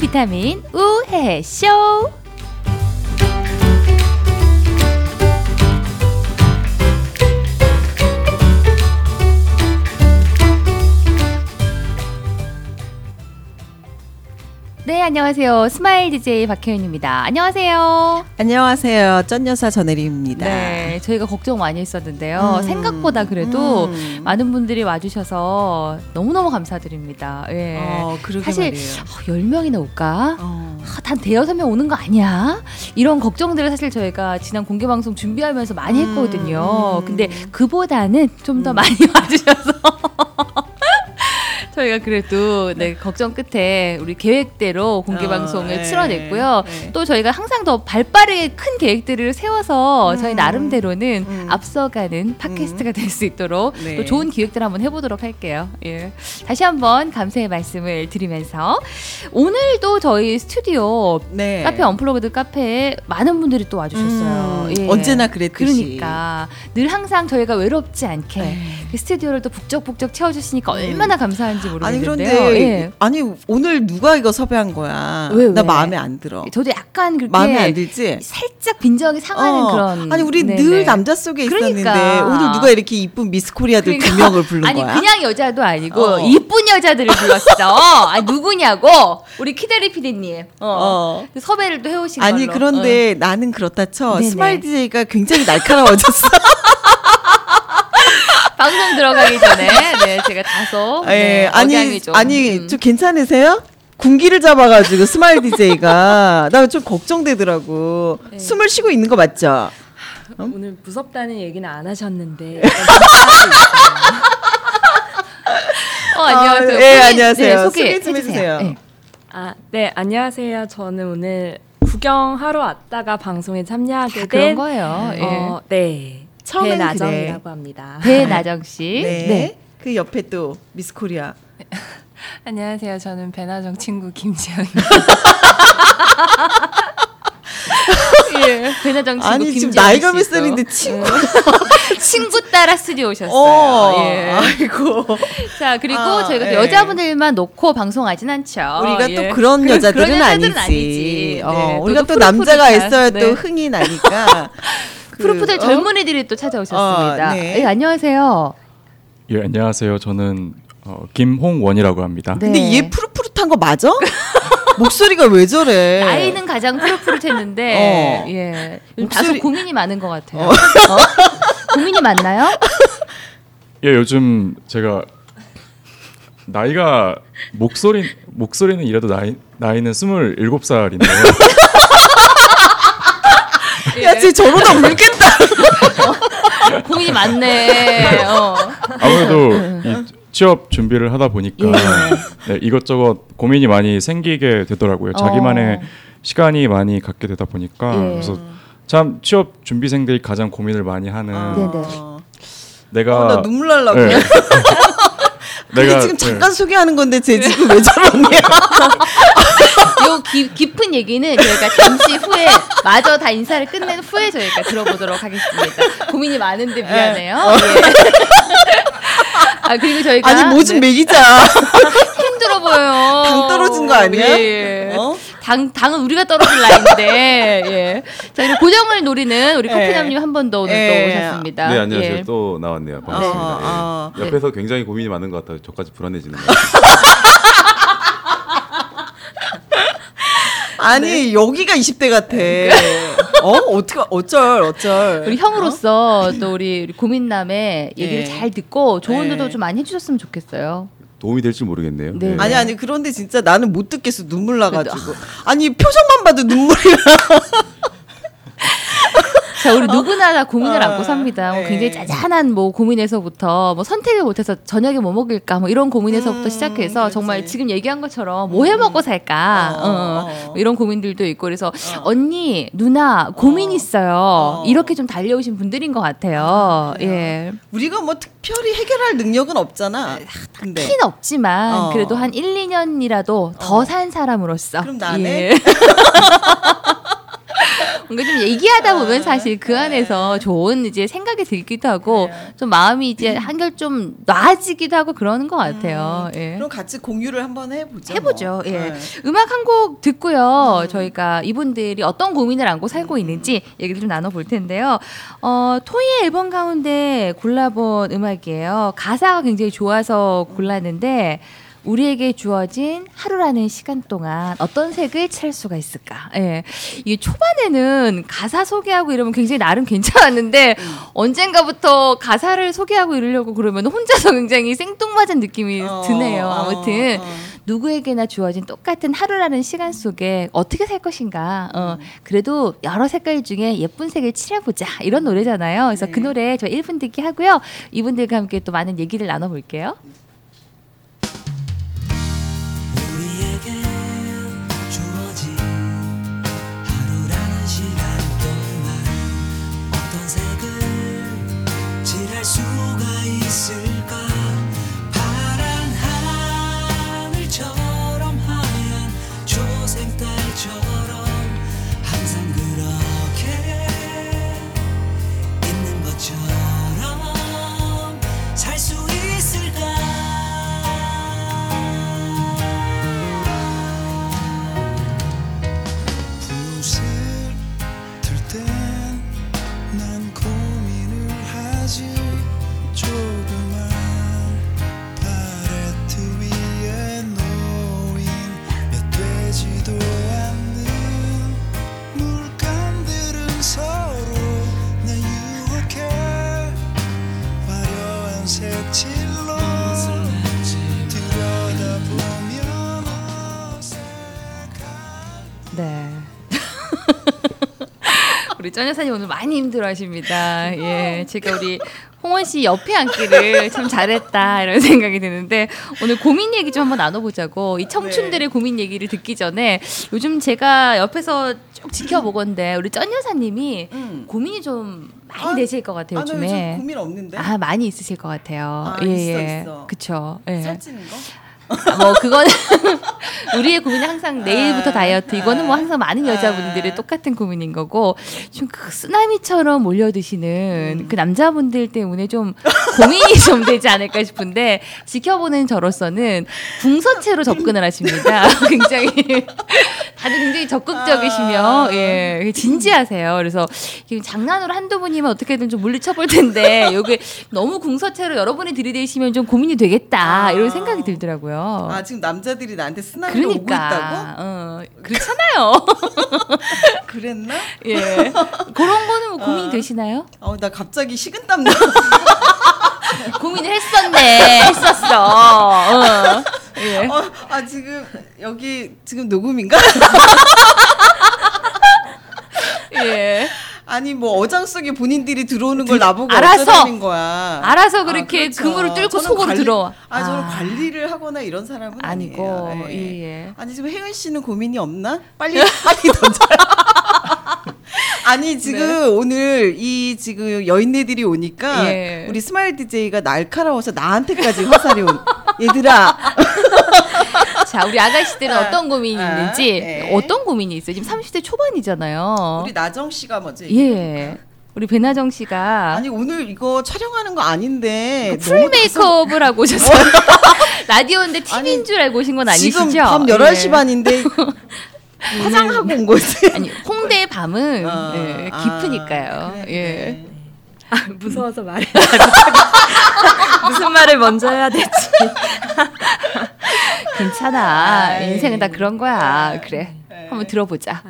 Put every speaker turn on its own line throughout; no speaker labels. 비타민 우해쇼. 네, 안녕하세요. 스마일 DJ 박혜윤입니다. 안녕하세요.
안녕하세요. 쩐여사 전혜리입니다.
네, 저희가 걱정 많이 했었는데요.
음.
생각보다 그래도
음.
많은 분들이 와주셔서 너무너무 감사드립니다. 예.
어, 그러게
사실
말이에요.
어, 10명이나 올까?
어.
아, 단 대여섯 명 오는 거 아니야? 이런 걱정들을 사실 저희가 지난 공개 방송 준비하면서 많이
음,
했거든요.
음.
근데 그보다는 좀 더
음.
많이 와주셔서 저희가 그래도 네, 걱정 끝에 우리 계획대로 공개
어,
방송을
네.
치러냈고요.
네.
또 저희가 항상 더 발빠르게 큰 계획들을 세워서 저희
음.
나름대로는
음.
앞서가는 팟캐스트가 될 수 있도록
네.
또 좋은 기획들 한번 해보도록 할게요. 예. 다시 한번 감사의 말씀을 드리면서 오늘도 저희 스튜디오
네.
카페 언플러그드 카페에 많은 분들이 또 와주셨어요. 예.
음, 언제나 그랬듯이.
그러니까 늘 항상 저희가 외롭지
네.
않게 그 스튜디오를 또 북적북적 채워주시니까 얼마나 감사한지
음. 아니
모르겠는데요.
그런데
예.
아니 오늘 누가 이거 섭외한 거야?
왜, 왜?
나 마음에 안 들어.
저도 약간 그렇게
마음에 안 들지?
살짝 빈정이 상하는
네. 어.
그런
아니 우리
네,
늘
네.
남자 속에
그러니까.
있었는데 오늘 누가 이렇게 이쁜 미스 코리아들 두 명을 부른
아니
거야?
그냥 여자도 아니고
어.
이쁜 여자들을 불렀어. 아 누구냐고 우리 키다리 피디님. 어.
어.
섭외를 또 해오신
아니
걸로.
그런데 나는 그렇다 쳐
네네.
스마일 DJ가 굉장히 날카로워졌어.
어. 방송 들어가기 전에 네, 제가 다소
예,
네,
아니
억양이 좀,
아니
음.
좀 괜찮으세요? 군기를 잡아가지고 스마일 DJ가 나 좀 걱정되더라고.
네.
숨을 쉬고 있는 거 맞죠?
오늘 무섭다는 얘기는 안
네.
하셨는데
어, 안녕하세요.
아, 예,
소개- 네,
안녕하세요.
소개
소개 좀 해주세요.
네.
아 네 안녕하세요 저는 오늘 구경하러 왔다가 방송에 참여하게
다 아, 그런
네.
된
거예요. 예.
어, 네
처음엔
배나정이라고 합니다
배나정 씨.
아, 네.
네.
그 옆에 또 미스 코리아.
안녕하세요. 저는 배나정 친구 김지영.
예. 배나정 친구
아니 지금
김지영
나이가
씨도.
몇 살인데 친구.
친구 따라 스튜디오 오셨어요.
어.
예.
아이고.
자 그리고
아,
저희가 또
예.
여자분들만 놓고 방송하진 않죠.
우리가
예.
또 그런
그-
여자들은,
그런 여자들은
아니지.
아니지.
어,
네,
우리가
또
또
프로포즈
남자가
잘-
있어야
네.
또 흥이 나니까. 그,
프로포즈
어?
젊은 애들이 또 찾아오셨습니다.
어, 네.
예, 안녕하세요.
예, 안녕하세요. 저는 어, 김홍원이라고 합니다.
네.
근데 얘 푸릇푸릇한 거 맞아? 목소리가 왜 저래?
나이는 가장 푸릇푸릇했는데
예. 어.
예.
목소리-
다소 고민이 많은 것 같아요. 어? 고민이 많나요?
예, 요즘 제가 나이가 목소리 목소리는 이래도 나이 나이는 27살인데요.
야, 쟤 저러다 울겠다.
고민이 많네. 어.
아무래도
네.
이 취업 준비를 하다 보니까
예.
네, 이것저것 고민이 많이 생기게 되더라고요. 자기만의
어.
시간이 많이 갖게 되다 보니까
예.
그래서 참 취업 준비생들이 가장 고민을 많이 하는
네.
내가
어, 나 눈물 날라
네.
그래. 근데 지금 잠깐 소개하는 건데 쟤 지금 왜 저러냐?
요 기- 깊은 얘기는 저희가 잠시 후에 마저 다 인사를 끝낸 후에 저희가 들어보도록 하겠습니다. 고민이 많은데 미안해요. 예. 아 그리고 저희가
어. 아니 뭐 좀
네,
먹이자.
힘들어 보여요.
당 떨어진 거 아니야?
예, 예.
어?
당 당은 우리가 떨어질 나인데 예. 자 그리고 고정을 노리는 우리
예.
커피남님 한 번 더 오늘
예.
또 오셨습니다.
네 안녕하세요
예.
또 나왔네요 반갑습니다
어,
예.
어.
옆에서 굉장히 고민이 많은 것 같아요 저까지 불안해지는 것 같아요
아니
네.
여기가 20대 같아. 어 어떻게 어쩔 어쩔.
우리 형으로서 또 우리, 우리 고민남의 얘기를
어? 예.
잘 듣고 조언도
예.
좀 많이 해주셨으면 좋겠어요.
도움이 될지 모르겠네요
네.
예.
아니 아니 그런데 진짜 나는 못 듣겠어 눈물 나가지고 아니 표정만 봐도 눈물이
자, 우리 누구나 다 고민을
어,
안고 삽니다. 뭐
예.
굉장히 짜잔한 뭐 고민에서부터 뭐 선택을 못해서 저녁에 뭐 먹을까 뭐 이런 고민에서부터
음,
시작해서
그렇지.
정말 지금 얘기한 것처럼 뭐 해 먹고 살까
어,
어,
어.
뭐 이런 고민들도 있고 그래서 언니 누나 고민 있어요 이렇게 좀 달려오신 분들인 것 같아요. 예,
우리가 뭐 특별히 해결할 능력은 없잖아 근데
핀 없지만
네. 어.
그래도 한 1, 2년이라도 더 산 사람으로서
그럼 나네?
예. 뭔가 좀 얘기하다 보면 사실 그 안에서 좋은 이제 생각이 들기도 하고 좀 마음이 이제 한결 좀 나아지기도 하고 그러는 것 같아요. 예.
그럼 같이 공유를 한번 해보죠.
해보죠.
뭐. 음.
예. 음악 한 곡 듣고요. 저희가 이분들이 어떤 고민을 안고 살고 있는지 얘기를 좀 나눠볼 텐데요. 어, 토이의 앨범 가운데 골라본 음악이에요. 가사가 굉장히 좋아서 골랐는데 우리에게 주어진 하루라는 시간 동안 어떤 색을 칠 수가 있을까? 예. 이 초반에는 가사 소개하고 이러면 굉장히 나름 괜찮았는데
음.
언젠가부터 가사를 소개하고 이러려고 그러면 혼자서 굉장히 생뚱맞은 느낌이
어,
드네요.
어,
아무튼
어.
누구에게나 주어진 똑같은 하루라는 시간 속에 어떻게 살 것인가. 어, 그래도 여러 색깔 중에 예쁜 색을 칠해보자. 이런 노래잖아요. 그래서 그 노래 저 1분 듣기 하고요. 이분들과 함께 또 많은 얘기를 나눠볼게요.
우리에게 주어진 하루라는 시간 동안 어떤 색을 칠할 수가 있을까 파란 하늘처럼 하얀 초생달처럼 항상 그렇게 있는 것처럼 살 수 있을까 붓을 들땐난 고민을 하지 조그만 팔레트 위에 놓인 몇 되지도 않는 물감들은 서로 나 유혹해 화려한 색칠로 들여다보면 어색한
네. 우리 쩐 여사님 오늘 많이 힘들어하십니다. 예, 제가 우리 홍원 씨 옆에 앉기를 참 잘했다 이런 생각이 드는데 오늘 고민 얘기 좀 한번 나눠보자고 이
네.
청춘들의 고민 얘기를 듣기 전에 요즘 제가 옆에서 쭉 지켜보건데 우리 쩐 여사님이
음.
고민이 좀 많이
아,
되실 것 같아요
아, 나
네, 요즘에.
요즘 고민 없는데.
아 많이 있으실 것 같아요. 예,
아, 있어, 있어.
그쵸. 예.
살찌는 거?
아, 뭐 그거는 우리의 고민은 항상 내일부터
아,
다이어트 이거는 뭐
아,
항상 많은 여자분들의
아.
똑같은 고민인 거고 좀 그 쓰나미처럼 몰려드시는
음.
그 남자분들 때문에 좀 고민이 좀 되지 않을까 싶은데 지켜보는 저로서는 궁서체로 접근을 하십니다. 굉장히 다들 굉장히 적극적이시며
아.
예 진지하세요. 그래서 지금 장난으로 한두 분이면 어떻게든 좀 물리쳐볼 텐데 요게 너무 궁서체로 여러분이 들이대시면 좀 고민이 되겠다
아.
이런 생각이 들더라고요.
아 지금 남자들이 나한테 쓰나미가 오고 있다고?
어. 그러니까 어, 그렇잖아요.
그랬나?
예 그런 거는 뭐 고민이 되시나요?
어, 나 갑자기 식은땀 나.
고민을 했었네 했었어. 어. 예.
어, 아 지금 여기 지금 녹음인가?
예.
아니 뭐 어장 속에 본인들이 들어오는 걸 나보고
알아서!
어쩌라는 거야.
알아서 그렇게
그렇죠.
그물을 뚫고
저는
속으로
관리-
들어와.
아, 저는
아.
관리를 하거나 이런 사람은
아니고,
아니고. 에요
예, 예.
아니 지금 혜은 씨는 고민이 없나? 빨리 빨리 던져. 아니 지금 오늘 이 지금 여인네들이 오니까
네. 예.
우리 스마일 DJ가 날카로워서 나한테까지 화살이 온 얘들아
자, 우리 아가씨들은 예.
아,
어떤 고민이
아,
있는지
네.
어떤 고민이 있어요? 지금 30대 초반이잖아요.
우리 나정 씨가 먼저 얘기해.
어. 예. 우리 배나정 씨가
아니 오늘 이거 촬영하는 거 아닌데
풀
너무
메이크업을 하고 오셨어요. 라디오인데 TV인 줄 알고 오신 건 아니시죠?
지금 밤
예.
11시 반인데 화장하고 온 거지.
아니, 홍대의 밤은
어,
예,
아,
깊으니까요.
그래,
예.
그래.
아, 무서워서 말이 무슨 말을 먼저 해야 될지.
괜찮아.
아이.
인생은 다 그런
아.
거야. 그래.
네.
한번 들어보자.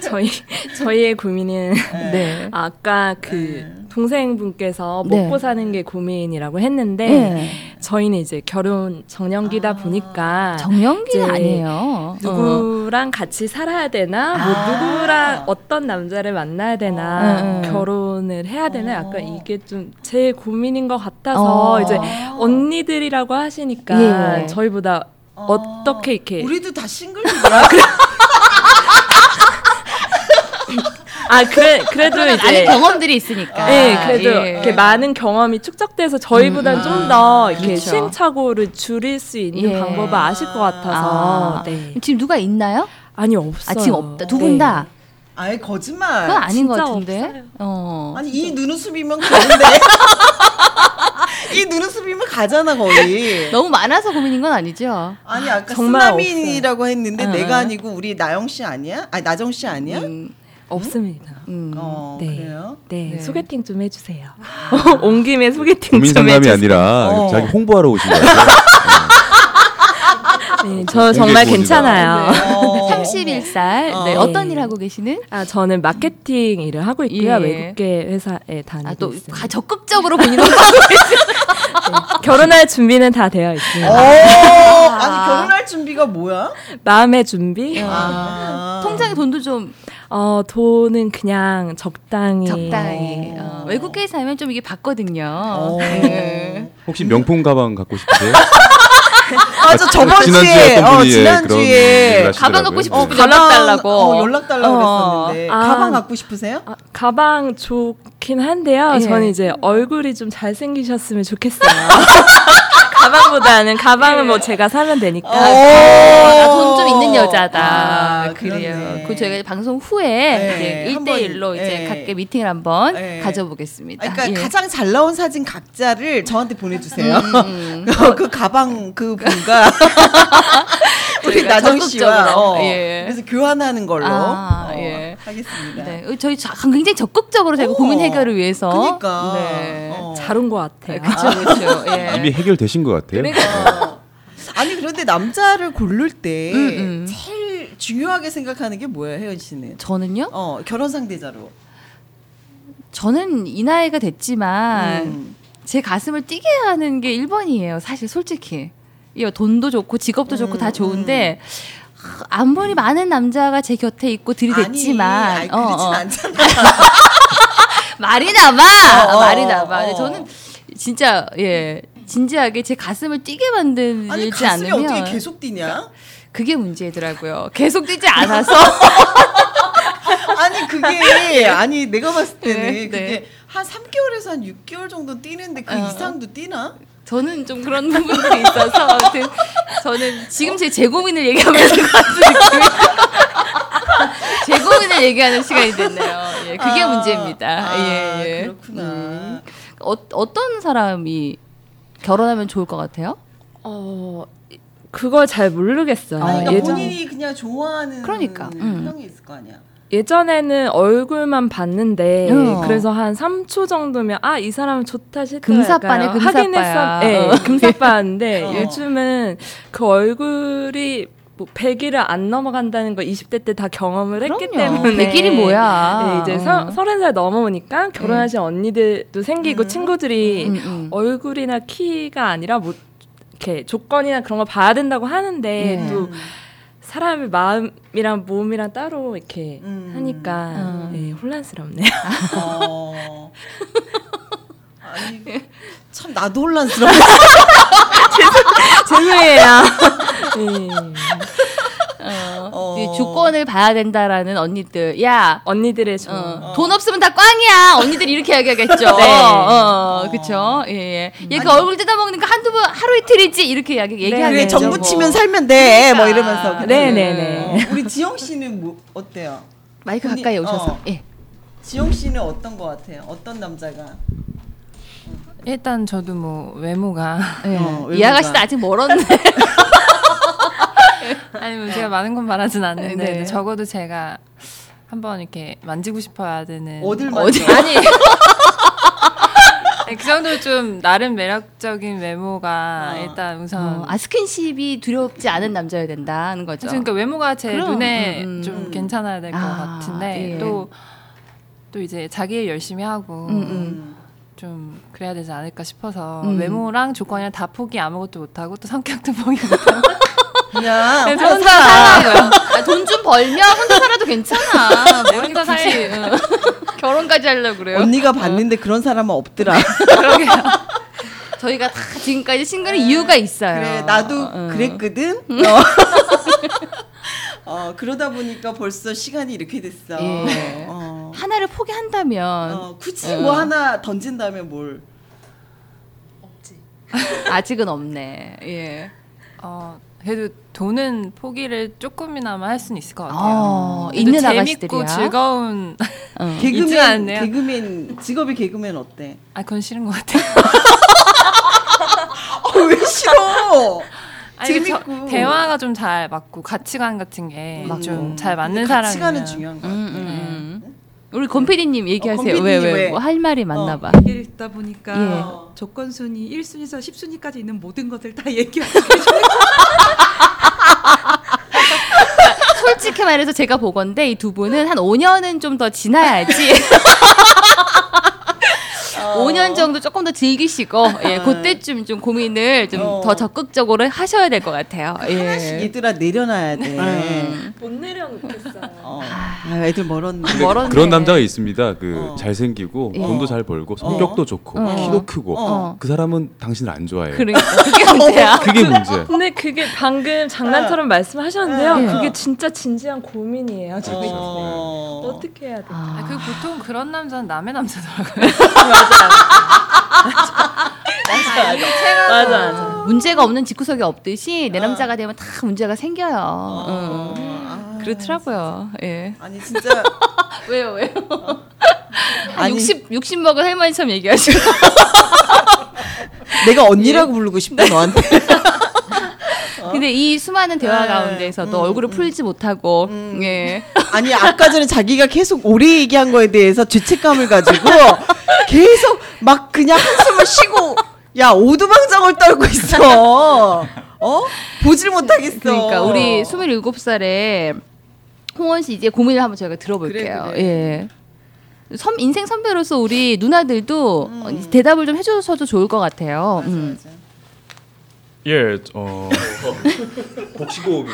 저희 저희의 고민은
네.
아까 그 동생분께서
네.
먹고 사는 게 고민이라고 했는데
네. 아,
저희는 이제 결혼 정년기다 보니까
정연기는
이제
아니에요. 어.
누구랑 같이 살아야 되나 뭐
아.
누구랑 어떤 남자를 만나야 되나
어. 네.
결혼을 해야 되나 약간 이게 좀 제 고민인 것 같아서
어.
이제 언니들이라고 하시니까
예.
저희보다 어. 떻게 이렇게
우리도 다 싱글이더라. 그래.
아 그래 그래도
그러면 안에
이제
경험들이 있으니까.
네, 그래도
예. 음,
이렇게 많은 경험이 축적돼서 저희보단 좀 더 이렇게
그렇죠.
시행착오를 줄일 수 있는
예.
방법을 아실 것 같아서
아.
네.
지금 누가 있나요?
아니 없어요. 네.
아 지금 없다. 두 분 다.
아예 거짓말.
그건 아닌 것
진짜
같은데.
없어요.
어.
아니 이 눈웃음이면 가는데 이 눈웃음이면 가잖아 거의.
너무 많아서 고민인 건 아니죠.
아니 아까
정말
스나민이라고 했는데
어.
내가 아니고 우리 나영 씨 아니야? 아니 나정 씨 아니야?
음,
네, 없습니다.
음.
어
네.
그래요.
네,
네.
소개팅 좀 해주세요. 온 김에 소개팅
고민
좀
상담이
해주세요.
아니라
어.
자기 홍보하러 오신 거 같아요.
네, 저
공개
정말
구원이다.
괜찮아요.
어.
네. 31살.
어.
네.
네.
어떤 일 하고 계시는?
아 저는 마케팅 일을 하고 있고요.
예.
외국계 회사에 다니고
아, 또
있습니다.
가- 적극적으로 본인을
어.
하고
결혼할 준비는 다 되어
아.
어.
있습니다.
아니 결혼할 준비가 뭐야?
마음의 준비.
아.
통장에 돈도 좀
어 돈은 그냥 적당히.
적당히. 어, 외국 회사면 좀 이게 받거든요.
어.
네.
혹시 명품 가방 갖고 싶으세요?
맞아 저번
그 지난주에
주에
어떤 분이 예,
어
그런 얘기를
지난주에
하시더라고요.
가방 갖고 싶으시죠?
네.
가방- 연락 달라고.
어, 연락 달라고
어.
그랬었는데
아.
가방 갖고 싶으세요?
아, 가방 좋긴 한데요.
예.
저는 이제 얼굴이 좀 잘생기셨으면 좋겠어요. 가방보다는 가방은 뭐 제가 사면 되니까.
아, 그, 돈 좀 있는 여자다.
어. 아,
그래요.
그렇네.
그 저희가 방송 후에
네,
이제 1대1로
한번,
이제
예.
각계 미팅을 한번
예.
가져보겠습니다.
아, 그러니까
예.
가장 잘 나온 사진 각자를 저한테 보내주세요.
음,
어, 그 가방 그 분과 우리
저희가
나정 씨와
적극적으로,
어,
예.
그래서 교환하는 걸로
아,
어,
예.
하겠습니다.
네. 어, 저희 자- 굉장히 적극적으로 저희가
어,
고민 해결을 위해서.
그러니까
네.
어.
잘 온 것 같아요.
그렇죠, 그렇죠. 예.
네. 이미 해결되신 것 같아요.
어. 아니 그런데 남자를 고를 때
음, 음.
제일 중요하게 생각하는 게 뭐예요, 혜연 씨는?
저는요?
어 결혼 상대자로.
저는 이 나이가 됐지만
음.
제 가슴을 뛰게 하는 게 1번이에요. 사실 솔직히. 이 돈도 좋고 직업도
음,
좋고 다 좋은데 하, 아무리 많은 남자가 제 곁에 있고 들이댔지만
아니, 아니
어,
그렇진
어.
않잖아.
말이 나봐
어, 어,
말이 나봐 근데
어.
저는 진짜 예 진지하게 제 가슴을 뛰게 만들지
아니 가슴이
않으면
어떻게 계속 뛰냐?
그게 문제더라고요 계속 뛰지 않아서
아니 그게 아니 내가 봤을 때는
그러니까. 네,
그게
네.
한 3개월에서 한 6개월 정도 뛰는데 그
어.
이상도 뛰나?
저는 좀 그런 부분들이 있어서 아무튼 저는 지금 제 제 고민을 얘기하면 될것 같은 느낌이 제 고민을 얘기하는 시간이 됐네요 예 그게
아,
문제입니다
아,
예, 예.
그렇구나.
음. 어, 어떤 사람이 결혼하면 좋을 것 같아요?
어 그걸 잘 모르겠어요.
아,
그러니까
예전
본인이 그냥 좋아하는
그러니까, 음.
형이 있을 거 아니야.
예전에는 얼굴만 봤는데
어.
그래서 한 3초 정도면 아 이 사람 좋다 싫다
금사빠네,
약간
금사빠야.
확인했어. 네,
어.
금사빠인데
어.
요즘은 그 얼굴이 뭐 100일을 안 넘어간다는 걸 20대 때 다 경험을 했기
어, 네.
때문에
백일이 뭐야?
아,
네, 이제
어.
서, 30살 넘어오니까 결혼하신
네.
언니들도 생기고 친구들이
음, 음.
얼굴이나 키가 아니라 뭐 이렇게 조건이나 그런 걸 봐야 된다고 하는데
네.
음.
또 사람의 마음이랑 몸이랑 따로 이렇게
음.
하니까
어.
음.
네, 혼란스럽네요.
어. 아니 참 나도 혼란스러워.
죄송해요. 네.
어.
어.
이 조건을 봐야 된다라는 언니들. 야,
언니들의 저
어, 돈 없으면 다 꽝이야. 언니들 이렇게 이야기하겠죠.
네.
어, 그쵸. 예, 예. 얘 그 얼굴 뜯어먹는 거 한두 번, 하루 이틀이지. 이렇게 이야기, 얘기하겠죠.
그래
네,
정부
뭐.
치면 살면 돼. 뭐 이러면서.
그러니까.
그치?
네, 네,
어,
네.
우리 지영 씨는 뭐 어때요?
마이크
본인-
가까이 오셔서.
어.
예.
지영 씨는 어떤 거 같아요? 어떤 남자가?
일단 저도 뭐 외모가
예.
어,
이 아가씨도 아직 멀었는데.
아니 뭐 제가 많은 건 말하진 않는데
네.
근데 적어도 제가 한번 이렇게 만지고 싶어야 되는
어딜
어디,
만져?
아니.
아니, 그 정도 좀 나름 매력적인 외모가
어.
일단 우선
어, 아, 스킨십이 두렵지 않은 남자여야 된다는 거죠.
그러니까 외모가 제
그럼,
눈에
음, 음.
좀 괜찮아야 될 것
아,
같은데
예.
또 또 이제 자기 일 열심히 하고
음, 음.
음.
좀 그래야 되지 않을까 싶어서
음.
외모랑 조건이랑 다 포기 아무것도 못하고 또 성격도 포기 못하고
그냥
그래서 혼자
네, 살아요. 돈 좀 벌면 혼자 살아도 괜찮아. 뭐 이렇게
혼자
굳이, 응. 결혼까지 하려고 그래요.
언니가 봤는데 그런 사람은 없더라.
저희가 다 지금까지 싱글은 이유가 있어요.
네. 그래 나도
어, 어.
그랬거든. 음. 어. 어, 그러다 보니까 벌써 시간이 이렇게 됐어.
예.
어.
하나를 포기한다면
어, 굳이 뭐 하나 던진다면 뭘?
아직은 없네. 예.
어, 그래도 돈은 포기를 조금이나마 할 수는 있을 것 같아요.
어,
그래도
있는
재밌고
아가씨들이야.
즐거운
응.
있진
개그맨
않네요.
개그맨 직업이 개그맨 어때?
아 그건 싫은 것 같아요.
어, 왜 싫어?
아니, 그
재밌고. 음.
저, 대화가 좀 잘 맞고 가치관 같은 게 좀
맞고.
잘 맞는 사람이
가치관은 중요한 거.
음,
같아.
음, 음. 우리 건피디님 얘기하세요.
어, 권
왜
PD님 왜?
왜 뭐 할 말이 많나
어.
봐.
얘기를 듣다 보니까
예.
조건 순위 1순위에서 10순위까지 있는 모든 것들 다 얘기하고
솔직히 말해서 제가 보건데 이 두 분은 한 5년은 좀 더 지나야지.
어.
5년 정도 조금 더 즐기시고 예, 그때쯤 좀 고민을 좀
어.
더 적극적으로 하셔야 될 것 같아요. 예.
얘들아 내려놔야 돼.
못 내려놓겠어요.
어. 아, 애들 멀었네.
근데
멀었네.
그런 남자가 있습니다. 그
어.
잘생기고
예.
돈도 잘 벌고 성격도 좋고
어.
키도 크고
어.
그 사람은 당신을 안 좋아해요.
그러니까 그게
어,
문제야.
그게 문제야.
근데 그게 방금
어.
장난처럼 말씀하셨는데요.
네.
그게 진짜 진지한 고민이에요. 저
그렇죠.
어.
어떻게 해야 돼?
아,
아,
그 보통 그런 남자는 남의 남자더라고요.
아, 맞아 맞아.
문제가 없는 집구석이 없듯이 내 남자가 되면 다 문제가 생겨요. 응.
아,
그렇더라고요. 예.
아니 진짜
왜요, 왜요? 한
아니.
60, 60 먹은 할머니처럼 얘기하시고.
내가 언니라고 부르고 싶다 너한테.
근데 이 수많은 대화
어? 네.
가운데서도
음,
얼굴을 풀지 못하고, 예.
아니 아까 전에 자기가 계속 오래 얘기한 거에 대해서 죄책감을 가지고 계속 막 그냥 한숨을 쉬고 야 오두방정을 떨고 있어. 어? 보질 못하겠어.
그러니까 우리 27살에 홍원 씨 이제 고민을 한번 저희가 들어볼게요.
그래, 그래.
예. 선- 인생 선배로서 우리 누나들도
음.
어, 대답을 좀 해주셔도 좋을 것 같아요. 음.
예, 어,
복식호흡이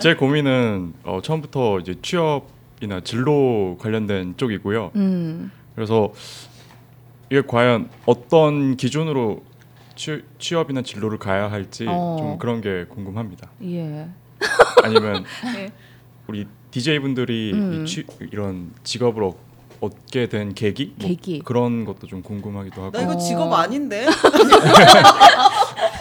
제 고민은 어, 처음부터 이제 취업이나 진로 관련된 쪽이고요.
음.
그래서 이게 과연 어떤 기준으로 취, 취업이나 진로를 가야 할지
어.
좀 그런 게 궁금합니다.
예.
아니면 우리 DJ 분들이
네. 음.
이런 직업을 얻- 얻게 된 계기? 뭐
계기.
그런 것도 좀 궁금하기도 하고.
나 이거
어.
직업 아닌데.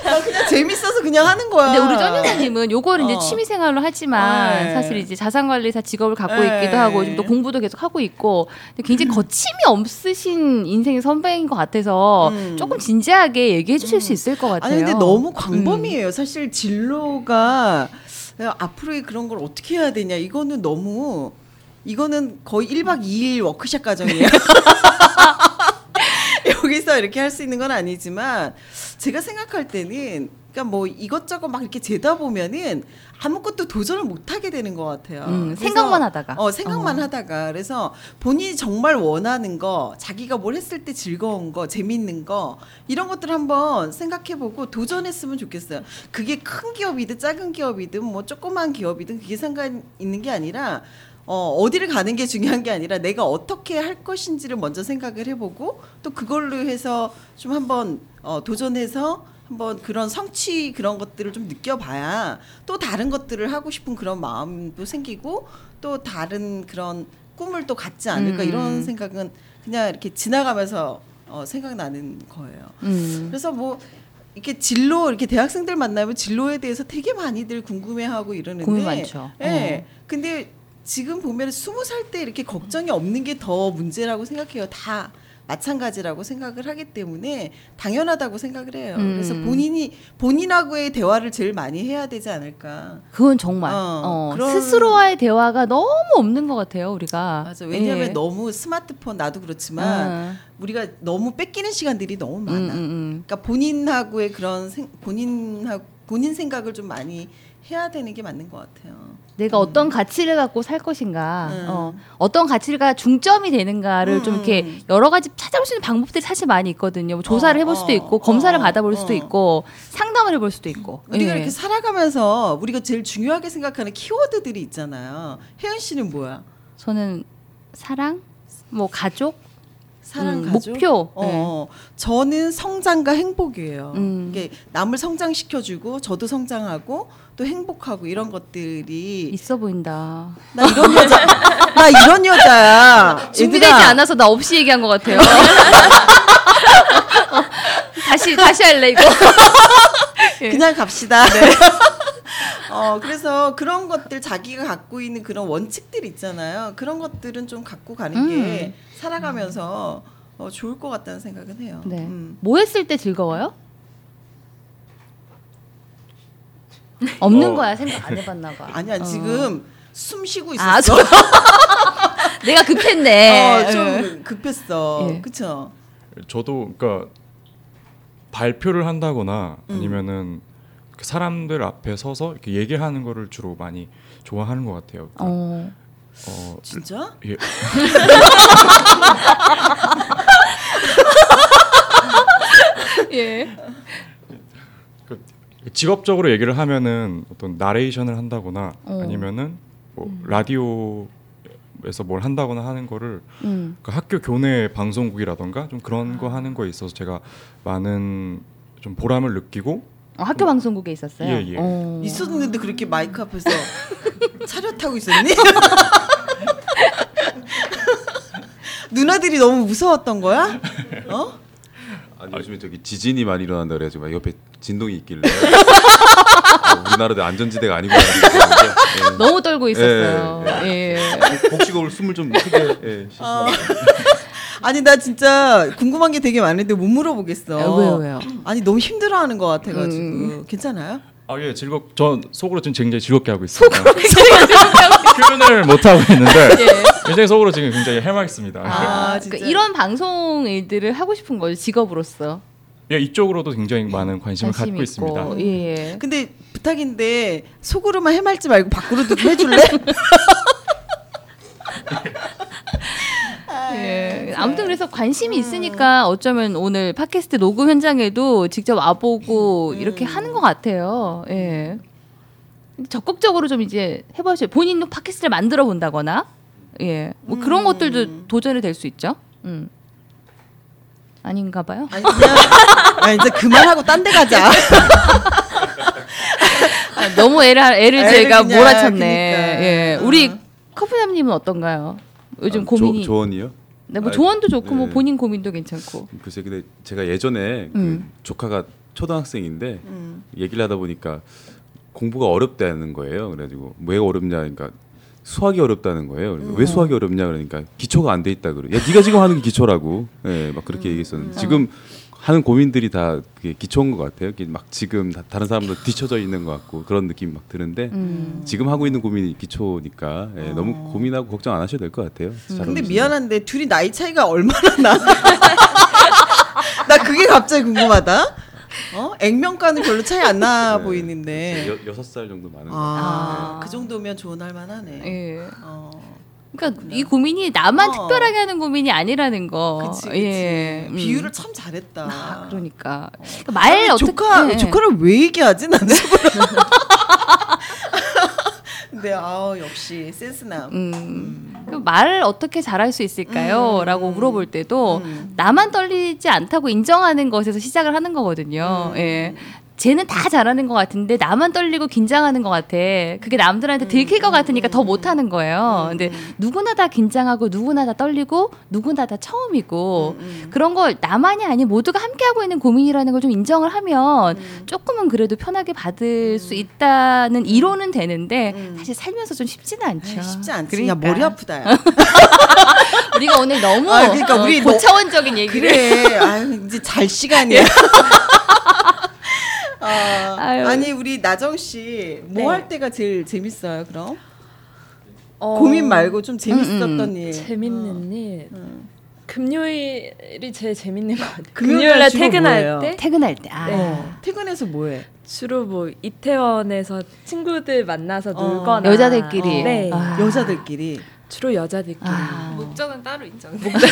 나 그냥 재밌어서 그냥 하는 거야.
근데 우리 전유나님은 요걸 이제
아. 어.
취미생활로 하지만
네.
사실 이제 자산관리사 직업을 갖고
네. 음.
있기도 하고 지금 또 공부도 계속 하고 있고 근데 굉장히 거침이 없으신 인생의 선배인 것 같아서
음.
조금 진지하게 얘기해 주실 수 있을 것 같아요. 음.
아니 근데 너무 광범위해요. 사실 진로가 앞으로의 그런 걸 어떻게 해야 되냐 이거는 너무 이거는 거의 1박 2일 워크샵 과정이에요. 여기서 이렇게 할 수 있는 건 아니지만 제가 생각할 때는 그러니까 뭐 이것저것 막 이렇게 재다 보면은 아무것도 도전을 못 하게 되는 것 같아요.
음,
그래서
생각만 하다가.
어, 생각만
어.
하다가. 그래서 본인이 정말 원하는 거, 자기가 뭘 했을 때 즐거운 거, 재밌는 거, 이런 것들 한번 생각해보고 도전했으면 좋겠어요. 그게 큰 기업이든 작은 기업이든 뭐 조그만 기업이든 그게 상관 있는 게 아니라 어, 어디를 가는 게 중요한 게 아니라 내가 어떻게 할 것인지를 먼저 생각을 해보고 또 그걸로 해서 좀 한번 어, 도전해서 한번 그런 성취 그런 것들을 좀 느껴봐야 또 다른 것들을 하고 싶은 그런 마음도 생기고 또 다른 그런 꿈을 또 갖지 않을까
음.
이런 생각은 그냥 이렇게 지나가면서 어, 생각나는 거예요.
음.
그래서 뭐 이렇게 진로 이렇게 대학생들 만나면 진로에 대해서 되게 많이들 궁금해하고 이러는데
고민 많죠. 어.
예. 근데 지금 보면 스무 살 때 이렇게 걱정이 없는 게 더 문제라고 생각해요. 다 마찬가지라고 생각을 하기 때문에 당연하다고 생각을 해요.
음.
그래서 본인이 본인하고의 대화를 제일 많이 해야 되지 않을까.
그건 정말
어,
어,
그런-
스스로와의 대화가 너무 없는 것 같아요 우리가.
맞아. 왜냐하면
예.
너무 스마트폰 나도 그렇지만
음,
우리가 너무 뺏기는 시간들이 너무
음,
많아.
음, 음.
그러니까 본인하고의 그런 생, 본인하고 본인 생각을 좀 많이 해야 되는 게 맞는 것 같아요.
내가 어떤 가치를 갖고 살 것인가,
음.
어, 어떤 가치가 중점이 되는가를 좀
음,
이렇게
음.
여러 가지 찾아볼 수 있는 방법들이 사실 많이 있거든요. 뭐 조사를
어,
해볼 수도
어,
있고, 검사를
어,
받아볼 수도
어.
있고, 상담을 해볼 수도 있고.
우리가
예.
이렇게 살아가면서 우리가 제일 중요하게 생각하는 키워드들이 있잖아요. 혜연 씨는 뭐야?
저는 사랑, 뭐 가족,
사랑
음,
가족
목표.
어,
네.
어. 저는 성장과 행복이에요.
음.
이게 남을 성장시켜주고 저도 성장하고 또 행복하고 이런 것들이
있어 보인다.
나 이런 여자 나 이런 여자야.
준비되지
얘들아,
않아서 나 없이 얘기한 것 같아요. 다시 다시 다시 할래 이거. 예.
그냥 갑시다. 네. 어, 그래서 그런 것들 자기가 갖고 있는 그런 원칙들 있잖아요. 그런 것들은 좀 갖고 가는 게 살아가면서 어, 좋을 것 같다는 생각은 해요.
네.
음.
뭐 했을 때 즐거워요? 없는
뭐.
어.
거야 생각 안 해봤나 봐.
아니야
어.
지금 숨 쉬고 있었어.
아, 내가 급했네.
어,
예.
좀 급했어.
예.
그쵸?
저도 그러니까 발표를 한다거나
음.
아니면은 그 사람들 앞에 서서 이렇게 얘기하는 거를 주로 많이 좋아하는 것 같아요. 그러니까
어.
어,
진짜?
예.
예.
그 직업적으로 얘기를 하면은 어떤 나레이션을 한다거나
어. 음.
아니면은 뭐 라디오에서 뭘 한다거나 하는 거를
음.
그 학교 교내 방송국이라던가 좀 그런
아.
거 하는 거에 있어서 제가 많은 좀 보람을 느끼고
어, 학교 방송국에 있었어요.
예, 예.
어.
있었는데 그렇게 마이크 앞에서 차렷 타고 있었니? 누나들이 너무 무서웠던 거야? 어?
아니, 요즘에 저기 지진이 많이 일어난다 그래서 막 옆에 진동이 있길래 아, 우리나라도 안전지대가 아니구나. 예.
너무 떨고 있었어요. 예.
복식업을 숨을 좀 크게 예, 쉬시라고.
아.
아니 나 진짜 궁금한 게 되게 많은데 못 물어보겠어.
아, 왜요, 왜요?
아니 너무 힘들어하는 것 같아가지고
음.
괜찮아요?
아 예 즐겁 저 속으로 지금 굉장히 즐겁게 하고 있습니다. 표현을 못 하고 있는데
네,
굉장히 속으로 지금 굉장히 해맑습니다.
아,
그러니까
진짜?
이런 방송 일들을 하고 싶은 거죠 직업으로서
예 이쪽으로도 굉장히 많은 관심을
관심
갖고 있습니다.
있고 예.
근데 부탁인데 속으로만 해맑지 말고 밖으로도 좀 해줄래? 네,
예. 아무튼 그래서
음.
관심이 있으니까 어쩌면 오늘 팟캐스트 녹음 현장에도 직접
음.
와보고 이렇게 하는 것 같아요. 예. 근데 적극적으로 좀 이제 해보셔. 본인도 팟캐스트를 만들어 본다거나, 예, 뭐
음.
그런 것들도 도전이 될 수 있죠. 음. 아닌가 봐요.
아니 그냥 아, 이제 그만하고 딴 데 가자.
아, 너무 애를 애를
애를
제가
그냥,
몰아쳤네.
그니까.
예,
어.
우리 커피남님은 어떤가요? 요즘
아,
고민이.
조, 조언이요?
네, 뭐
아,
조언도 좋고 뭐
네.
본인 고민도 괜찮고.
글쎄 근데 제가 예전에
음.
그 조카가 초등학생인데
음.
얘기를 하다 보니까 공부가 어렵다는 거예요. 그래가지고 왜 어렵냐 그러니까 수학이 어렵다는 거예요. 그래서 왜 수학이 어렵냐 그러니까 기초가 안 돼 있다 그래. 야 네가 지금 하는 게 기초라고. 예, 막 그렇게 얘기했었는데 지금 하는 고민들이 다 그게 기초인 것 같아요. 이게 막 지금 다, 다른 사람보다 뒤쳐져 있는 것 같고 그런 느낌이 막 드는데
음.
지금 하고 있는 고민이 기초니까 예, 너무 고민하고 걱정 안 하셔도 될 것 같아요. 잘
근데
어울리시네요.
미안한데 둘이 나이 차이가 얼마나 나? 나 그게 갑자기 궁금하다. 어? 액면가는 별로 차이 안 나
네.
보이는데.
여- 여섯 살 정도 많은 것
아,
아.
그 정도면 조언할 만하네.
예.
어.
그러니까 이 고민이 나만
어.
특별하게 하는 고민이 아니라는 거.
그치, 그치.
예. 음.
비유를 참 잘했다.
아, 그러니까. 그러니까 말
아니,
어떻게
조카
예.
조카를 왜 얘기하지 나는? 네, 아우 역시 센스남.
음. 그 말을 어떻게 잘할 수 있을까요?
음.
라고 물어볼 때도
음.
나만 떨리지 않다고 인정하는 것에서 시작을 하는 거거든요.
음.
예. 쟤는 다 잘하는 것 같은데 나만 떨리고 긴장하는 것 같아. 그게 남들한테 들킬 것 같으니까 더 못하는 거예요.
음.
근데 누구나 다 긴장하고 누구나 다 떨리고 누구나 다 처음이고 그런 걸 나만이 아닌 모두가 함께하고 있는 고민이라는 걸 좀 인정을 하면
음.
조금은 그래도 편하게 받을 수 있다는 이론은 되는데 사실 살면서 좀 쉽지는 않죠.
음. 에이, 쉽지 않지.
그러니까
야 머리 아프다. 야.
우리가 오늘 너무
아, 그러니까
어,
우리 너-
고차원적인 얘기를
그래. 아유 이제 잘 시간이야. 아,
아유.
아니 우리 나정 씨 뭐
네.
할 때가 제일 재밌어요? 그럼
어,
고민 말고 좀 재밌었던
음,
일.
재밌는 일.
음.
금요일이 제일 재밌는 것 같아요.
금요일
금요일날
주로
퇴근할
뭐예요?
때
퇴근할 때. 아.
네.
어. 퇴근해서 뭐해?
주로 뭐 이태원에서 친구들 만나서
어.
놀거나
여자들끼리.
어, 네.
아.
여자들끼리.
주로 여자들끼리.
아.
목적은 따로 있죠.
혹시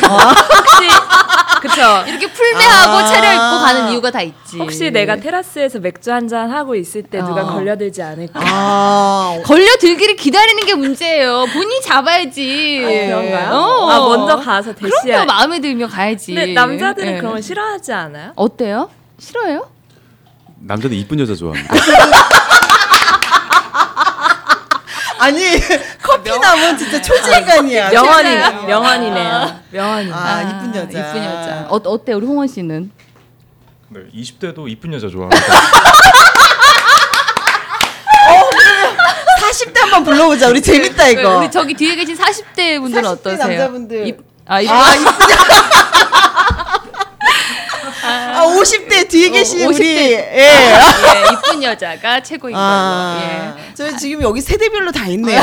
그쵸?
이렇게 풀메하고
아.
차려입고 가는 이유가 다 있지.
혹시 내가 테라스에서 맥주 한잔 하고 있을 때 누가
예. 어.
걸려들지 않을까?
아
걸려들기를 기다리는 게 문제예요. 본인이 잡아야지.
아, 그런가요?
어.
아 먼저 가서
그럼요.
대시야.
마음에 들면 가야지.
근데 남자들은
예.
그런 걸 싫어하지 않아요?
어때요? 싫어요?
남자는 이쁜 여자 좋아합니다.
아니 커피남은 진짜 초지간이야.
명언이네. 명언이네요. 명언이.
아 이쁜 여자.
어, 이쁜 여자. 어, 어때 우리 홍원 씨는?
네, 20대도 이쁜 여자 좋아합니다.
40대 한번 불러보자. 우리 재밌다 이거.
네. 우리 저기 뒤에 계신 40대 분들은
40대
어떠세요?
남자분들.
입- 아, 입-
아, 이쁘냐? 아, 50대 뒤에
어,
계신
50대.
우리 예.
예, 이쁜 여자가 최고인
아,
걸로. 예. 아,
저희 지금 여기 세대별로 다 있네요.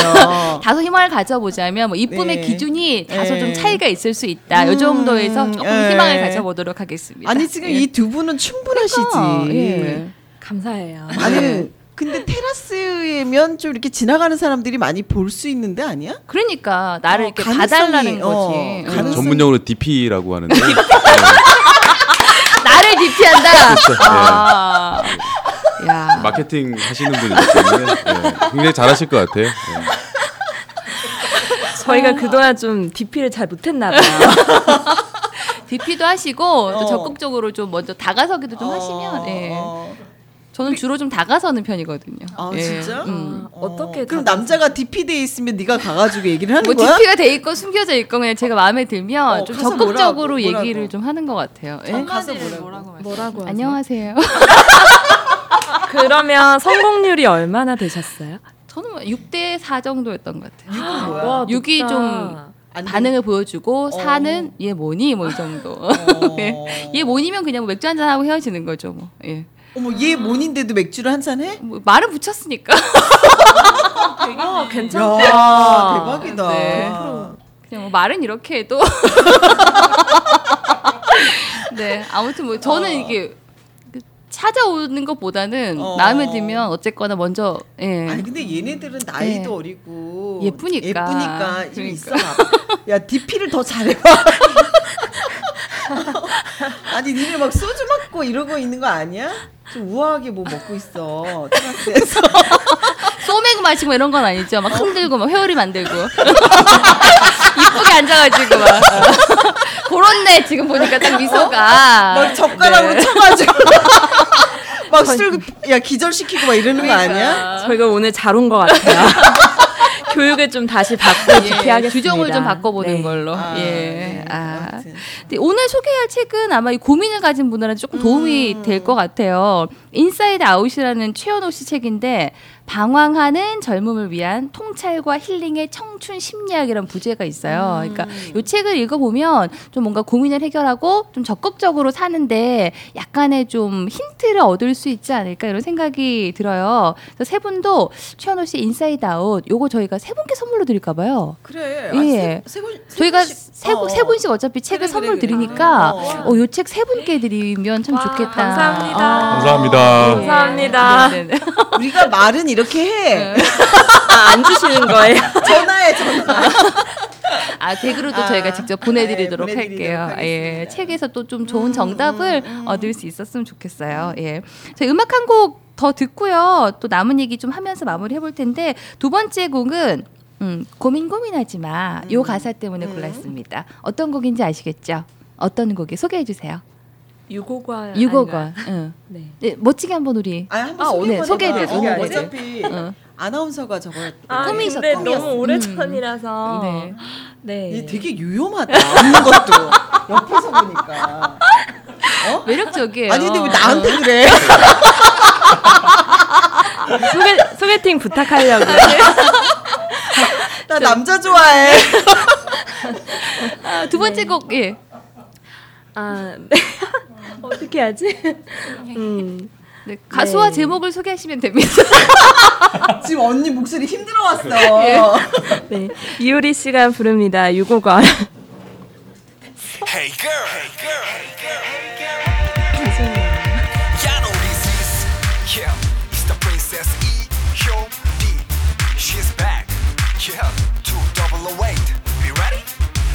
다소 희망을 가져보자면 뭐 이쁨의
네.
기준이 다소
네.
좀 차이가 있을 수 있다.
음,
요 정도에서 조금
예.
희망을 가져보도록 하겠습니다.
아니 지금
예.
이 두 분은 충분하시지. 네.
그러니까, 예.
감사해요.
아니 근데 테라스면 좀 이렇게 지나가는 사람들이 많이 볼 수 있는데 아니야?
그러니까 나를
어,
이렇게
가능성이,
봐달라는 거지. 음.
어,
응.
가능성-
전문용어로 DP라고 하는데 네,
나를 비피한다.
그렇죠. 네.
아. 야.
마케팅 하시는 분이기 때문에 예, 굉장히 잘하실 것 같아요. 예.
저희가 그동안 좀 DP를 잘 못했나 봐요.
DP도 하시고
어.
또 적극적으로 좀 먼저 다가서기도 좀
어,
하시면 예.
어.
저는 주로 좀 다가서는 편이거든요.
아
예.
진짜?
음.
어떻게
그럼
다가서-
남자가 DP 돼 있으면 네가 가가지고 얘기를 하는
뭐
거야?
DP가 돼 있건 숨겨져 있건 그냥 제가 마음에 들면
어,
좀
가서
적극적으로
뭐라고,
얘기를
뭐라고.
좀 하는 것 같아요. 예?
가서 뭐라고.
뭐라고 하세요?
안녕하세요.
그러면 성공률이 얼마나 되셨어요?
저는 뭐 6대 4 정도였던 것 같아요.
뭐야?
육이
높다. 아,
좀
안 돼. 어.
반응을 보여주고 사는얘 뭐니 뭐 이 정도. 예. 얘 뭐니면 그냥 뭐 맥주 한잔 하고 헤어지는 거죠 뭐. 예.
어머 얘 뭔인데도 맥주를 한 잔 해?
뭐 말은 붙였으니까
어, 괜찮.
야 대박이다.
네. 그냥 뭐 말은 이렇게 해도 네 아무튼 뭐 저는 이게 그 찾아오는 것보다는
어.
마음에 들면 어쨌거나 먼저 예
아니 근데 얘네들은 나이도
네.
어리고
예쁘니까.
예쁘니까 좀
그러니까.
있어 봐. 야 DP를 더 잘해봐. 아니 니네 막 소주 먹고 이러고 있는 거 아니야? 좀 우아하게 뭐 먹고 있어 테라스에서.
소맥 마시고 이런 건 아니죠
어.
막 흔들고 막 회오리 만들고 이쁘게 앉아가지고 막 그렇네 지금 보니까 딱 미소가 네.
막 어. 뭐 젓가락으로 쳐가지고 막술야 기절시키고 막 이러는
그러니까.
거 아니야?
저희가 오늘 잘 온 것 같아요. 교육을 좀 다시 받고 DP하겠습니다.
규정을 예, 좀 바꿔보는 걸로
아,
예
네.
아.
아무튼.
근데 오늘 소개할 책은 아마 이 고민을 가진 분들한테 조금 도움이 될 것 같아요. 인사이드 아웃이라는 최현호 씨 책인데 방황하는 젊음을 위한 통찰과 힐링의 청춘 심리학이라는 부제가 있어요. 그러니까 이 책을 읽어보면 좀 뭔가 고민을 해결하고 좀 적극적으로 사는데 약간의 좀 힌트를 얻을 수 있지 않을까 이런 생각이 들어요. 그래서 세 분도 최현호 씨 인사이드 아웃 요거 저희가 세 분께 선물로 드릴까 봐요.
그래. 아,
예.
세, 세 분, 세
저희가
분씩-
세,
어.
분- 세 분씩 어차피 책을
그래,
선물
그래, 그래.
드리니까
어.
어, 요 책 세 분께 드리면 참
와,
좋겠다.
아, 감사합니다.
감사합니다.
예.
감사합니다.
네, 네, 네.
우리가 말은 이렇게 해.
아, 안 주시는 거예요?
전화해 전화.
아, 댁으로도
아,
저희가 직접 보내드리도록
예, 보내드리도록
할게요. 예,
하겠습니다. 음,
책에서 또 좀 좋은 정답을 얻을 수 있었으면 좋겠어요. 예. 저희 음악 한 곡 더 듣고요. 또 남은 얘기 좀 하면서 마무리 해볼 텐데, 두 번째 곡은 음, 고민 고민하지 마.
음.
요 가사 때문에 골랐습니다. 어떤 곡인지 아시겠죠? 어떤 곡이 소개해 주세요.
유고과
유고건. 응.
네.
네, 멋지게 한번 우리
네, 아, 한번
아, 오늘
소개해봐.
소개해드려요,
어,
소개해드려요.
어차피
어.
아나운서가 저거
아,
꿈이
근데
있었던
너무
거였어.
오래
음.
전이라서
네.
네.
얘 되게 유용하다. 없는 것도 예. 옆에서 보니까.
매력적이에요.
아니 근데 왜
어.
나한테 그래?
소개 소개팅 부탁하려고요.
나 남자 좋아해.
두 번째 곡 예.
아, 네. 어떻게 하지? 음.
네, 가수와
네.
제목을 소개하시면 됩니다.
지금 언니 목소리 힘들어 예. 왔어. 아,
네. 이효리 씨가 부릅니다. 유고과.
Hey girl. Hey girl. Hey girl. Hey girl. Y'all know this is yeah. It's the princess E O D. She's back. Yeah. Two double away. You ready?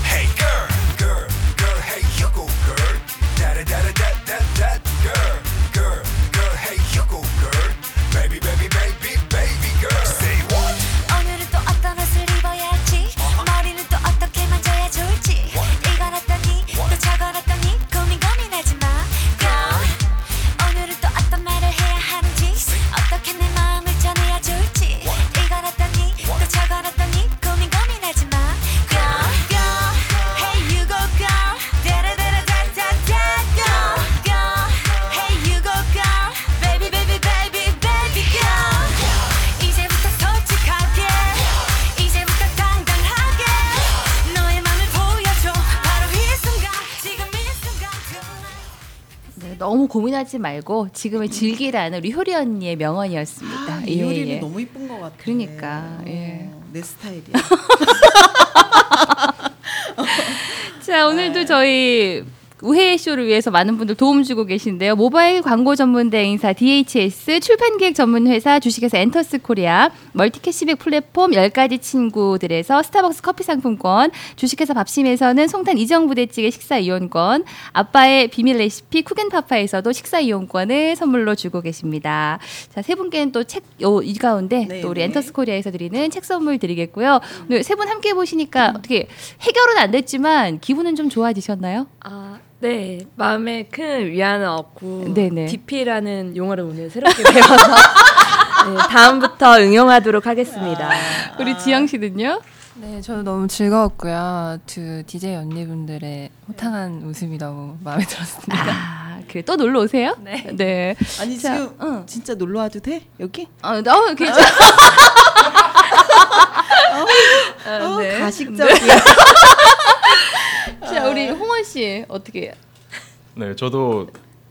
Hey girl. Girl. Girl. Hey you go girl. Da da da da da da da. Girl. Girl. Girl. Hey you go girl. Baby baby baby baby girl. Say what?
오늘은 또 어떤 옷을 입어야지 머리는 또 어떻게 만져야 좋을지 이건 어떠니 또 저건 어떠니 고민 고민하지 마 Girl 오늘은 또 어떤 말을 해야 하는지 어떻게 내 마음을 전해야 좋을지 이건 어떠니 또 저건 어떠니 고민 고민하지 마 Girl Girl Hey you go girl Da da da da da da da girl
네, 너무 고민하지 말고 지금을 즐기라는 우리 효리 언니의 명언이었습니다.
아,
예,
이 요리는
예.
너무 이쁜 것 같아.
그러니까, 예.
어, 내 스타일이야.
자, 오늘도 저희 우회의 쇼를 위해서 많은 분들 도움 주고 계신데요. 모바일 광고 전문 대행사 DHS, 출판 기획 전문 회사 주식회사 엔터스 코리아, 멀티 캐시백 플랫폼 10가지 친구들에서 스타벅스 커피 상품권, 주식회사 밥심에서는 송탄 이정 부대찌개 식사 이용권, 아빠의 비밀 레시피 쿠겐파파에서도 식사 이용권을 선물로 주고 계십니다. 자, 세 분께는 또 책 이 가운데
네,
또 우리
네.
엔터스 코리아에서 드리는 책 선물 드리겠고요. 오늘 세 분 함께 보시니까 어떻게 해결은 안 됐지만 기분은 좀 좋아지셨나요?
아, 네. 마음에 큰 위안은 없고
네네.
DP라는 용어를 오늘 새롭게 배워서 네, 다음부터 응용하도록 하겠습니다.
우리 지영 씨는요?
네, 저도 너무 즐거웠고요. 두 DJ 언니분들의 호탕한 웃음이 너무 마음에 들었습니다.
아, 그래 또 놀러 오세요?
네.
네.
아니
자,
지금
응.
진짜 놀러 와도 돼? 여기?
어, 어, 괜찮아.
아,
어,
네.
가식적이야.
자, 우리 홍원 씨 어떻게?
네, 저도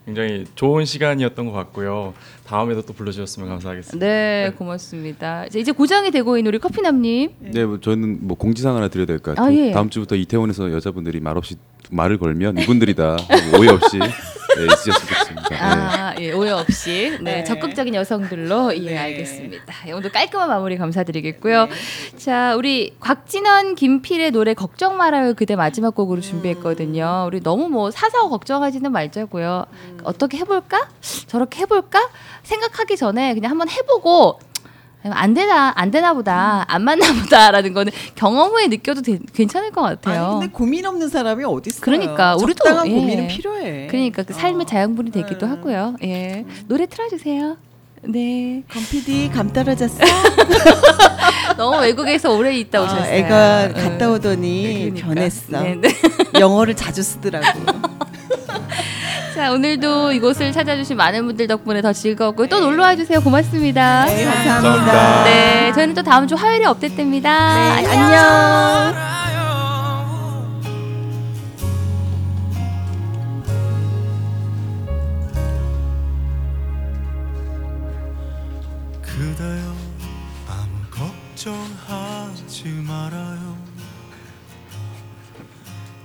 굉장히 좋은 시간이었던 것 같고요. 다음에도 또 불러주셨으면 감사하겠습니다.
네, 고맙습니다. 자, 이제 고장이 되고 있는 우리 커피남님.
네, 뭐 저는 뭐 공지사항 하나 드려야 될 것
아,
같아요.
예.
다음 주부터 이태원에서 여자분들이 말없이 말을 걸면 이분들이다 오해 없이 네, 있으셨으면 좋겠습니다. 네.
아, 예, 오해 없이 네,
네.
적극적인 여성들로 예,
네.
알겠습니다. 예, 오늘도 깔끔한 마무리 감사드리겠고요.
네.
자, 우리 곽진원 김필의 노래 걱정 말아요 그대 마지막 곡으로 준비했거든요. 우리 너무 뭐 사사고 걱정하지는 말자고요.
음.
어떻게 해볼까? 저렇게 해볼까? 생각하기 전에 그냥 한번 해보고. 안 되나 안 되나
음.
보다 안 맞나 보다라는 거는 경험 후에 느껴도 되- 괜찮을 것 같아요.
아니 근데 고민 없는 사람이 어디 있어요?
그러니까, 우리도,
적당한
예.
고민은 필요해.
그러니까 그 삶의
어.
자양분이 되기도
음.
하고요. 예. 노래 틀어주세요. 네.
건피디 감 떨어졌어.
너무 외국에서 오래 있다 오셨어요.
아, 애가
예.
갔다 오더니
그러니까.
변했어.
네, 네.
영어를 자주 쓰더라고.
자, 오늘도 이곳을 찾아주신 많은 분들 덕분에 더 즐거웠고 또 놀러 와주세요. 고맙습니다.
네,
네.
감사합니다.
저희는 또 다음 주 화요일에 업데이트됩니다.
네,
안녕.
그대여 아무 걱정하지 말아요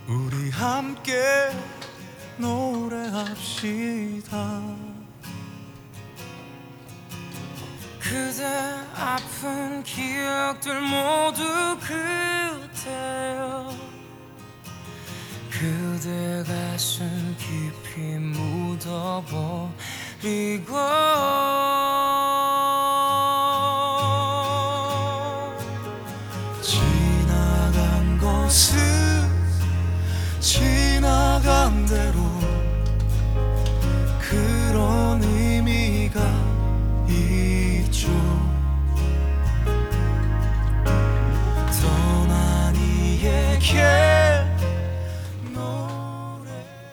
우리 함께 노래합시다 그대 아픈 기억들 모두 그대여 그대 가슴 깊이 묻어버리고 지나간 것은 지나간 대로